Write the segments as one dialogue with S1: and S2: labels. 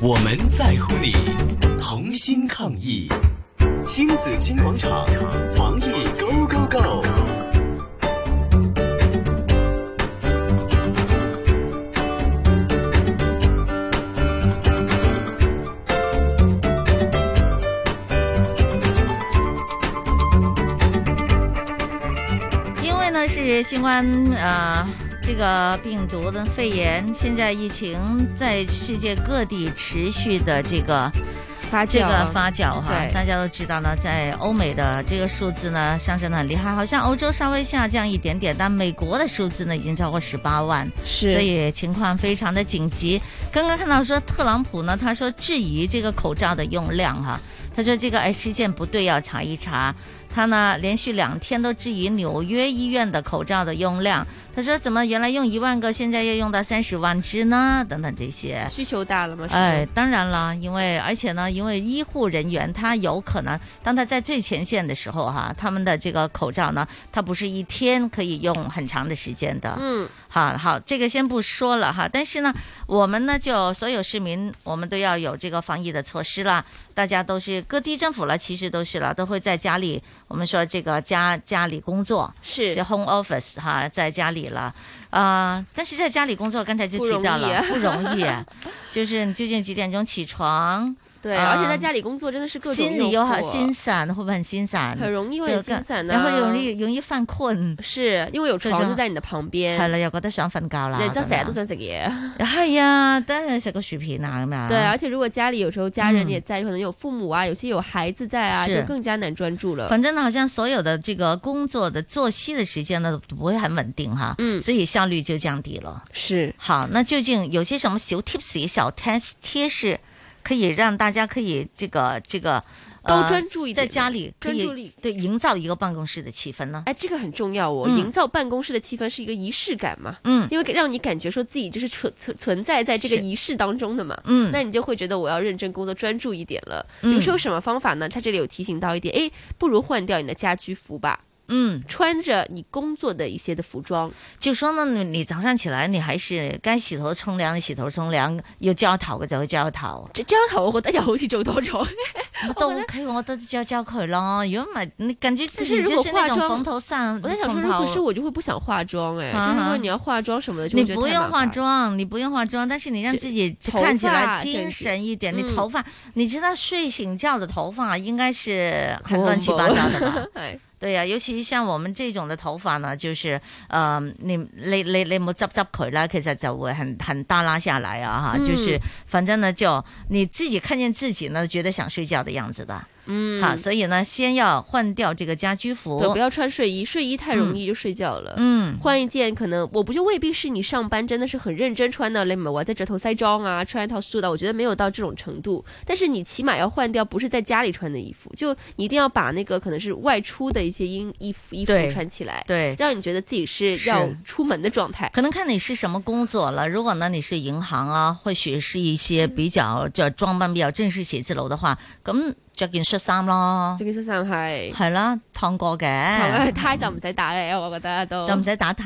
S1: 我们在乎你，同心抗疫，星子金广场，防疫 Go Go Go。
S2: 因为呢是新冠呃这个病毒的肺炎，现在疫情在世界各地持续的这个。
S3: 发
S2: 这
S3: 酵
S2: 个发酵哈
S3: 对，
S2: 大家都知道呢，在欧美的这个数字呢上升的很厉害，好像欧洲稍微下降一点点，但美国的数字呢已经超过十八万，
S3: 是
S2: 所以情况非常的紧急。刚刚看到说特朗普呢，他说质疑这个口罩的用量哈、他说这个哎事件不对，要查一查。他呢连续两天都质疑纽约医院的口罩的用量，他说怎么原来用一万个，现在要用到三十万只呢？等等这些。
S3: 需求大了吗？是
S2: 哎，当然了，因为而且呢，因为医护人员他有可能，当他在最前线的时候哈、他们的这个口罩呢，它不是一天可以用很长的时间的。
S3: 嗯，
S2: 好好，这个先不说了哈。但是呢，我们呢就所有市民，我们都要有这个防疫的措施啦。大家都是各地政府了，其实都是了，都会在家里，我们说这个家家里工作，
S3: 是
S2: 就 home office 哈，在家里了啊、但是在家里工作，刚才就
S3: 不
S2: 提
S3: 容
S2: 到
S3: 易
S2: 了
S3: 啊
S2: 不容易， 就是你究竟几点钟起床，
S3: 对，
S2: 啊
S3: 而且在家里工作真的是各种
S2: 心里又
S3: 诱
S2: 很
S3: 惑
S2: 心散，会不会很心散？
S3: 很容易会
S2: 就
S3: 心
S2: 更
S3: 散
S2: 然后
S3: 啊
S2: 容易容易犯困，
S3: 是因为有
S2: 就
S3: 床
S2: 是
S3: 就在你的旁
S2: 系
S3: 邊，
S2: 啦，又覺得想瞓覺啦，
S3: 你真係成日都
S2: 咁樣
S3: 想食嘢。
S2: 係啊，等陣食個薯片啊咁樣。
S3: 对，而且如果家里有时候家人
S2: 嗯
S3: 也在，可能有父母啊，有些有孩子在啊，
S2: 是
S3: 就更加难专注了。
S2: 反正呢，好像所有的这个工作的作息的时间呢，都不会很稳定哈，
S3: 嗯
S2: 所以效率就降低了。
S3: 是，
S2: 好，那究竟有些什么小 tips、小贴贴士，可以让大家可以这个这个
S3: 高
S2: 呃
S3: 专注一点
S2: 在
S3: 的
S2: 家里可
S3: 专
S2: 以
S3: 注力
S2: 对营造一个办公室的气氛呢？
S3: 哎，这个很重要哦，
S2: 嗯
S3: 营造办公室的气氛是一个仪式感嘛，
S2: 嗯
S3: 因为让你感觉说自己就是存存存在在这个
S2: 是
S3: 仪式当中的嘛。
S2: 嗯，
S3: 那你就会觉得我要认真工作、专注一点了。比
S2: 嗯
S3: 如说有什么方法呢？他这里有提醒到一点，哎，不如换掉你的家居服吧，
S2: 嗯，
S3: 穿着你工作的一些的服装。
S2: 就说呢，你你早上起来你还是该洗头沖涼，你洗頭沖涼，要焦頭嘅就去焦頭，
S3: 這朝頭我覺得又好似做多咗。
S2: 咁都 OK，我覺得焦焦佢咯。如果唔係，你感覺自
S3: 但是
S2: 己
S3: 如
S2: 就
S3: 果
S2: 是那
S3: 化
S2: 種
S3: 妝
S2: 蓬頭散，
S3: 我在想说，
S2: 蓬
S3: 如果
S2: 頭
S3: 是我就会不想化妆哎、
S2: 啊
S3: 就是如
S2: 哈
S3: 果你要化妆什么的，就
S2: 你
S3: 会觉得
S2: 不
S3: 太
S2: 用
S3: 麻
S2: 化
S3: 烦，
S2: 妆，你不用化妆，但是你让
S3: 这
S2: 自己
S3: 头
S2: 看起
S3: 发
S2: 来
S3: 这
S2: 精
S3: 些
S2: 神一点。你
S3: 嗯
S2: 头发，你知道睡醒觉的头发应该是很乱七八
S3: 蓬
S2: 糟的吧？
S3: 哎，
S2: 对呀、尤其像我们这种的头发呢，就是呃，你你你你冇执执佢啦，其实就会很很耷拉下来啊哈，
S3: 嗯
S2: 就是反正呢，就你自己看见自己呢，觉得想睡觉的样子的
S3: 嗯，
S2: 哈，所以呢，先要换掉这个家居服
S3: 对，，不要穿睡衣，睡衣太容易就睡觉了。
S2: 嗯，
S3: 换一件可能我不就未必是你上班真的是很认真穿的，你咪话在这头塞妆啊，穿一套素的，我觉得没有到这种程度。但是你起码要换掉不是在家里穿的衣服， 就你一定要把那个可能是外出的一些衣衣服衣服
S2: 对
S3: 穿起来，
S2: 对。
S3: 让你觉得自己是要
S2: 是
S3: 出门的状态。
S2: 可能看你是什么工作了。如果呢你是银行啊，或许是一些比較就裝扮比較正式寫字樓的話，咁着件恤衫咯
S3: 这，个身上係
S2: 係啦，燙過嘅，
S3: 胎就唔使打嘅，我覺得都
S2: 就唔使打呔，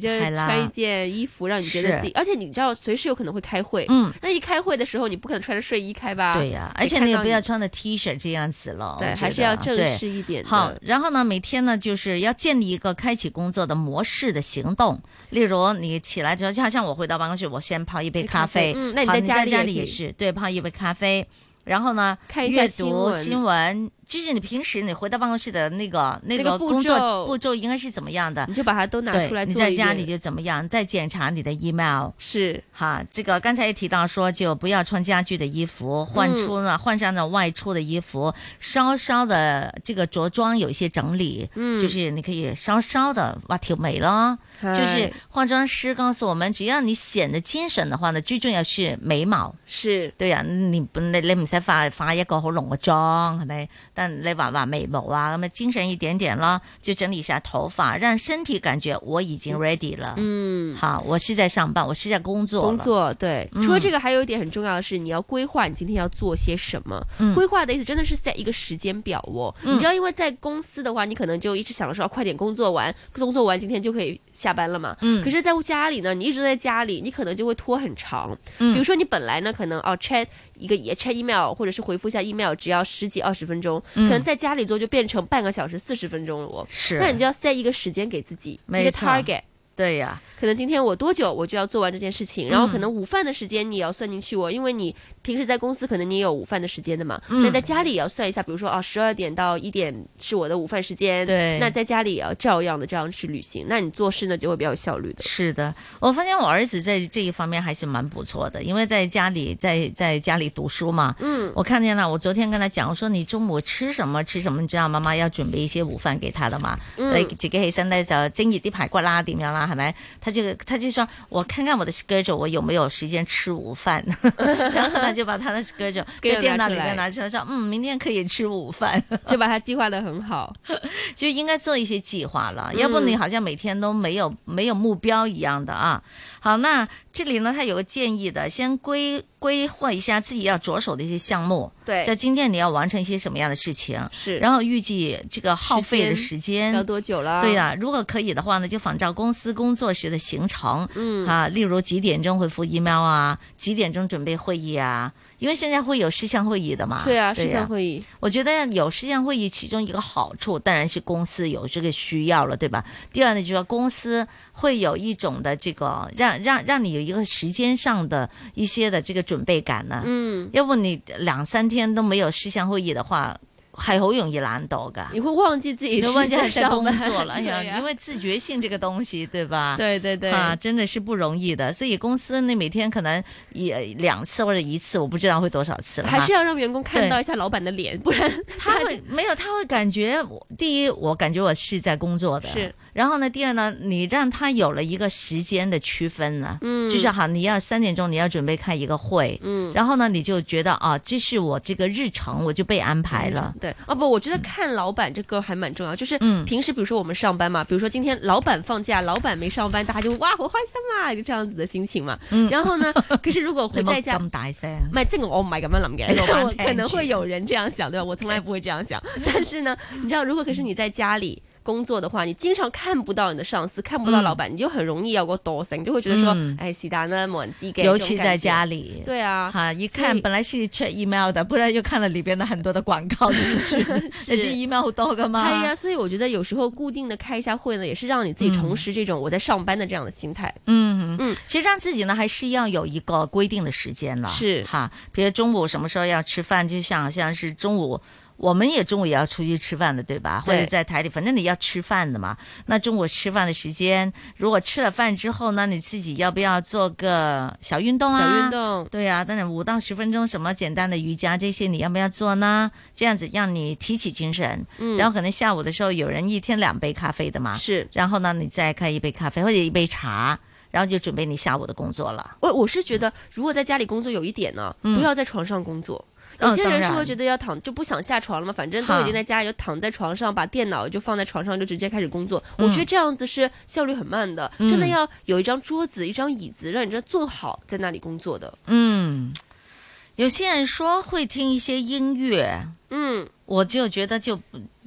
S3: 对，就是
S2: 係
S3: 穿一
S2: 啦，
S3: 件衣服，让你觉得
S2: 嗯是
S3: 自己，而且你知道，随时有可能会开会。
S2: 嗯，
S3: 那一开会的时候，你不可能穿着睡衣开吧？
S2: 對呀、而且
S3: 看
S2: 你也
S3: 到
S2: 不
S3: 啊你
S2: 要穿的 T 恤这樣子咯，
S3: 对，
S2: 我
S3: 还
S2: 覺
S3: 是要
S2: 得
S3: 正
S2: 對
S3: 式一点的。
S2: 好，然后呢，每天呢，就是要建立一个开启工作的模式的行动。例如，你起来之后，就好像我回到办公室，我先泡一杯
S3: 杯
S2: 咖
S3: 咖啡
S2: 啡。
S3: 嗯那你
S2: 好
S3: 在
S2: 你
S3: 家
S2: 在
S3: 里
S2: 家
S3: 也
S2: 里
S3: 可
S2: 也
S3: 以
S2: 是，对，泡一杯咖啡。然后呢，
S3: 看一下
S2: 阅
S3: 新
S2: 读
S3: 闻
S2: 新闻，就是你平时你回到办公室的那个那
S3: 那
S2: 个
S3: 个步
S2: 工作
S3: 骤
S2: 步骤应该是怎么样的
S3: 你？就把它都拿出来
S2: 对，你
S3: 做
S2: 在
S3: 一
S2: 家
S3: 遍。
S2: 里就怎么样？再检查你的 email。
S3: 是
S2: 哈，这个刚才也提到说，就不要穿家居的衣服，
S3: 嗯
S2: 换出呢、换上呢外出的衣服，稍稍的这个着装有一些整理，
S3: 嗯
S2: 就是你可以稍稍的挖条眉咯。就是
S3: 哎
S2: 化妆师告诉我们，只要你显得精神的话呢，最重要是眉毛。啊
S3: 是
S2: 对呀、你不你你唔使使化化一個好濃嘅妝，係咪？但你畫畫眉毛啊，咁啊精神一點點咯，就整理一下頭髮，讓身體感覺我已經 ready 了。
S3: 嗯，
S2: 好，我是在上班，我是在工作了，
S3: 工作对。
S2: 嗯
S3: 除了这个，还有一点很重要的是，你要规划你今天要做些什么。
S2: 嗯
S3: 规划的意思真的是 set 一个时间表哦。
S2: 嗯
S3: 你知道，因为在公司的话，你可能就一直想着说啊快点工作完，工作完今天就可以下班了嘛。
S2: 嗯
S3: 可是，在家里呢，你一直在家里，你可能就会拖很长。
S2: 嗯
S3: 比如说，你本来呢，可能哦 check 一个也 check email，或者是回复一下 email，只要十几二十分钟，
S2: 嗯
S3: 可能在家里做就变成半个小时四十分钟了哦。
S2: 是，
S3: 那你就要 set 一个时间给自己，一
S2: 没
S3: 个
S2: 错
S3: target。
S2: 对呀、
S3: 可能今天我多久我就要做完这件事情，然后
S2: 嗯
S3: 可能午饭的时间你也要算进去哦，因为你平时在公司可能你也有午饭的时间的嘛，
S2: 嗯
S3: 那在家里也要算一下，比如说哦十二点到一点是我的午饭时间，
S2: 对
S3: 那在家里也要照样的这样去履行，那你做事呢就会比较有效率的，
S2: 是的，我发现我儿子在这一方面还是蛮不错的，因为在家里在在家里读书嘛，
S3: 嗯，
S2: 我看见了，我昨天跟他讲，我说你中午吃什么吃什么，你知道妈妈要准备一些午饭给他的嘛，
S3: 嗯
S2: 你自己起身咧就蒸熱啲排骨啦，點樣啦，係咪？他就他就說，我看看我的 schedule，我有沒有時間吃午飯？ 然後他就把他的 schedule 在
S3: Schedule
S2: 电脑
S3: 拿出
S2: 里面
S3: 来
S2: 拿出来，说，嗯，明天可以吃午飯，
S3: 就把它计划的很好，
S2: 就应該做一些計劃了，要不
S3: 嗯
S2: 你好像每天都沒有沒有目標一樣的啊。好，那这里呢，他有個建議的，先规规划一下自己要着手的一些項目，
S3: 对
S2: 就今天你要完成一些什么樣的事情，
S3: 是，
S2: 然后预计这个耗费的时
S3: 时
S2: 间
S3: 要多久啦？
S2: 对呀、如果可以的话呢，就仿照公司工作时的行程，
S3: 嗯
S2: 啊，例如几点钟回复 email 啊，几点钟准备会议啊，因为现在会有事项会议的嘛。
S3: 对啊，
S2: 呀
S3: 事项会议，
S2: 我觉得有事项会议，其中一个好处当然是公司有这个需要了，对吧？第二呢，就是说公司会有一种的这个让让让你有一个时间上的一些的这个准备感呢。
S3: 嗯，
S2: 要不你两三天都没有事项会议的话，系好容易懒惰噶。
S3: 你会忘记自己
S2: 你
S3: 是
S2: 都忘记还在
S3: 在
S2: 工
S3: 上班
S2: 作了，哎
S3: 对
S2: 呀，
S3: 呀
S2: 因为自觉性这个东西，对吧？
S3: 对对对，
S2: 啊，真的是不容易的。所以公司那每天可能也两次或者一次，我不知道会多少次了哈。
S3: 还是要让员工看
S2: 对
S3: 到一下老板的脸，不然
S2: 他会没有，他会感觉我第一，我感觉我是在工作的，
S3: 是。
S2: 然后呢，第二呢，你让他有了一个时间的区分呢，
S3: 嗯
S2: 就是好，你要三点钟你要准备开一个会，
S3: 嗯。
S2: 然后呢，你就觉得啊，这是我这个日程，我就被安排了。
S3: 对啊，不，我觉得看老板这个还蛮重要，就是
S2: 嗯
S3: 平时比如说我们上班嘛，比如说今天老板放假，老板没上班，大家就哇好开心啊，就这样子的心情嘛。
S2: 嗯
S3: 然后 呢，可是如果
S2: 你
S3: 回
S2: 冇
S3: 在家。
S2: 咁大声，
S3: 唔係，即係我唔係咁樣諗
S2: 你老闆
S3: 嘅，我
S2: 聽
S3: 可能
S2: 住
S3: 會有人這樣想，對吧？我從來不會這樣想。
S2: 嗯
S3: 但是呢，你知道，如果可是你在家裡工作的話，你經常看不到你的上司，看不到老闆，你就很容易有個惰性，就會覺得說
S2: 嗯，
S3: 哎，是但啦，冇人知嘅。
S2: 尤其在
S3: 家，
S2: 家里。
S3: 對啊，
S2: 哈，一
S3: 所
S2: 看
S3: 以
S2: 本来是 check email 的，不然又看了里边的很多的广告 资讯，而且 email 好多噶嘛。
S3: 哎呀，所以我觉得有时候固定的开一下会呢，也是让你自己重拾这种我在上班的这样的心态。
S2: 嗯嗯
S3: 嗯，
S2: 其实让自己呢还是要有一个规定的时间了，
S3: 是
S2: 哈，比如中午什么时候要吃饭，就像好像是中午。我们也中午也要出去吃饭的，对吧？或
S3: 对
S2: 者在台里，反正你要吃饭的嘛。那中午吃饭的时间，如果吃了饭之后呢，你自己要不要做个小运动啊？
S3: 小运动，
S2: 对呀、但是五到十分钟什么简单的瑜伽这些，你要不要做呢？这样子让你提起精神。
S3: 嗯，
S2: 然
S3: 后
S2: 后可能下午的时候，有人一天两杯咖啡的嘛，
S3: 是
S2: 然后呢，你再开一杯咖啡或者一杯茶，然后就准备你下午的工作了。
S3: 我我是觉得，如果在家里工作有一点呢，
S2: 嗯
S3: 不要在床上工作。
S2: 嗯
S3: 有些人
S2: 当
S3: 是
S2: 然
S3: 会觉得要躺就不想下床了嘛，反正都
S2: 哈
S3: 已经在家里，就躺在床上，把电脑就放在床上，就直接开始工作。
S2: 嗯
S3: 我觉得这样子是效率很慢的，
S2: 嗯
S3: 真的要有一张桌子、一张椅子，让你这坐好在那里工作的。
S2: 嗯，有些人说会听一些音乐，
S3: 嗯，
S2: 我就觉得就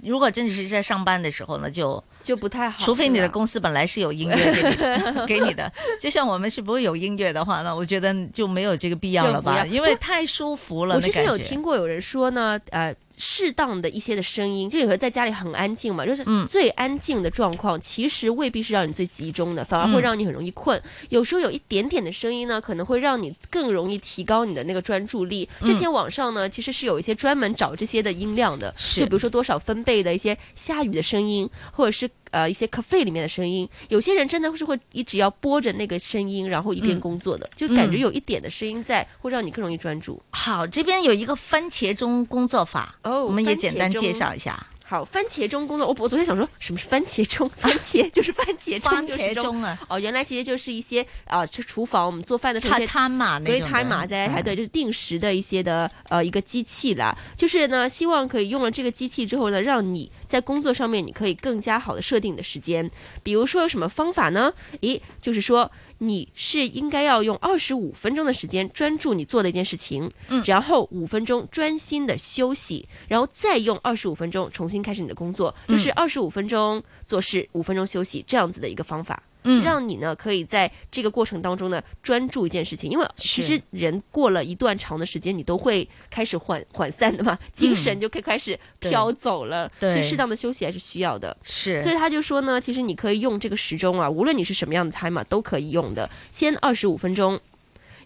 S2: 如果真的是在上班的时候呢，就
S3: 就不太好。
S2: 除非你的
S3: 对吧
S2: 公司本来是有音乐给你 的给你的，就像我们是不会有音乐的话呢，我觉得就没有这个必要了吧，
S3: 就不要
S2: 因为太舒服了。
S3: 我
S2: 那
S3: 之前
S2: 感
S3: 有
S2: 觉
S3: 听过有人说呢，呃，适当的一些的声音，就有时候在家里很安静嘛，就是
S2: 嗯
S3: 最安静的状况，其实未必是让你最集中的，反而
S2: 嗯
S3: 会让你很容易困。有时候有一点点的声音呢，可能会让你更容易提高你的那个专注力。
S2: 嗯
S3: 之前网上呢，其实是有一些专门找这些的音量的，
S2: 是
S3: 就比如说多少分贝的一些下雨的声音，或者是。呃，一些 cafe 里面的声音，有些人真的是会一直要播着那个声音，然后一边
S2: 嗯
S3: 工作的，就感觉
S2: 嗯
S3: 有一点的声音在，会让你更容易专注。
S2: 好，这边有一个番茄钟工作法，
S3: 哦
S2: 我们也
S3: 番茄
S2: 简单介
S3: 钟
S2: 绍一下。
S3: 好，番茄钟工作，我我昨天想说什么是番茄钟？ 番茄就是番 茄
S2: 番
S3: 钟，就是
S2: 茄
S3: 钟
S2: 钟啊，
S3: 哦，原来其实就是一些啊，这、厨房我们做饭的时候
S2: 差
S3: 一些
S2: 餐嘛那
S3: 对
S2: 种的。
S3: time 嘛，在还
S2: 嗯
S3: 对，就是定时的一些的呃一个机器啦，就是呢，希望可以用了这个机器之后呢，让你在工作上面你可以更加好的设定你的时间。比如说有什么方法呢？咦，就是说你是应该要用二十五分钟的时间专注你做的一件事情，
S2: 嗯
S3: 然后五分钟专心的休息，然后再用二十五分钟重新开始你的工作，就是二十五分钟做事，五分钟休息这样子的一个方法。
S2: 嗯，
S3: 让你呢可以在这个过程当中呢专注一件事情，因为其
S2: 是
S3: 实人过了一段长的时间，你都会开始涣涣散的嘛，精神就可以开始飘走了，
S2: 嗯对
S3: 所以适当的休息还是需要的。所
S2: 是
S3: 以他就说呢，其实你可以用这个时钟啊，无论你是什么样的 time 啊，都可以用的。先二十五分钟，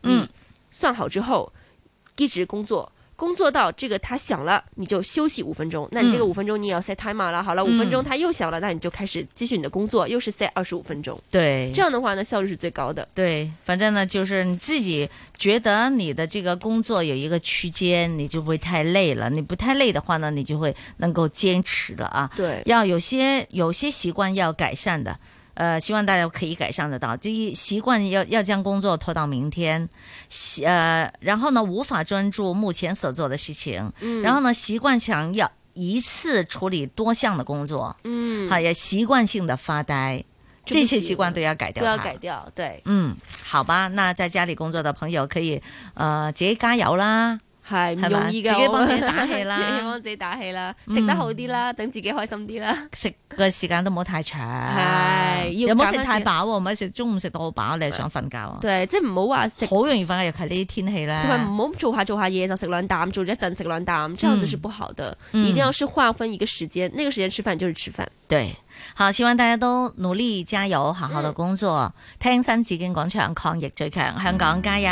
S2: 嗯
S3: 你算好之后，一直工作。工作到这个他响了，你就休息五分钟。那你这个
S2: 嗯
S3: 五分钟你也要 set timer 了。好了，五分钟他又响了，那你就开始继续你的工作，又是 set 二十五分钟。
S2: 对
S3: 这样的话呢，效率是最高的。
S2: 对，反正呢，就是你自己觉得你的这个工作有一个区间，你就不会太累了。你不太累的话呢，你就会能够坚持了啊。
S3: 对，
S2: 要有些有些习惯要改善的，呃，希望大家可以改善得到。就一习惯要要将工作拖到明天，习呃，然后呢无法专注目前所做的事情，
S3: 嗯
S2: 然后呢习惯想要一次处理多项的工作，
S3: 嗯，
S2: 好、也习惯性的发呆，
S3: 这不
S2: 这些
S3: 行
S2: 习惯都要改掉
S3: 都
S2: 它，
S3: 要改掉。对，
S2: 嗯，好吧，那在家里工作的朋友可以，呃，自己加油啦，
S3: 系唔
S2: 係嘛
S3: 容易噶，
S2: 自己
S3: 我
S2: 幫自己打氣啦嗯
S3: 自己哦 幫自己打氣啦，食得好啲啦，等自己開心啲啦。
S2: 食嘅時間都唔好太長，
S3: 係要
S2: 又唔好
S3: 減
S2: 食
S3: 翻
S2: 太
S3: 少
S2: 飽喎，唔好食中午食到好飽，你係想瞓覺啊？
S3: 對，即係唔好話食，
S2: 好容易瞓覺，啊尤其呢啲天氣咧
S3: 同，埋唔好做下做下嘢就食兩啖，做咗一陣食兩啖，這樣子是不好的。
S2: 嗯
S3: 你一定要是劃分一個時間，那個時間吃飯就是吃飯。
S2: 對，好，希望大家都努力加油，好好的工作，聽新紫荊廣場抗疫最強，香港加油！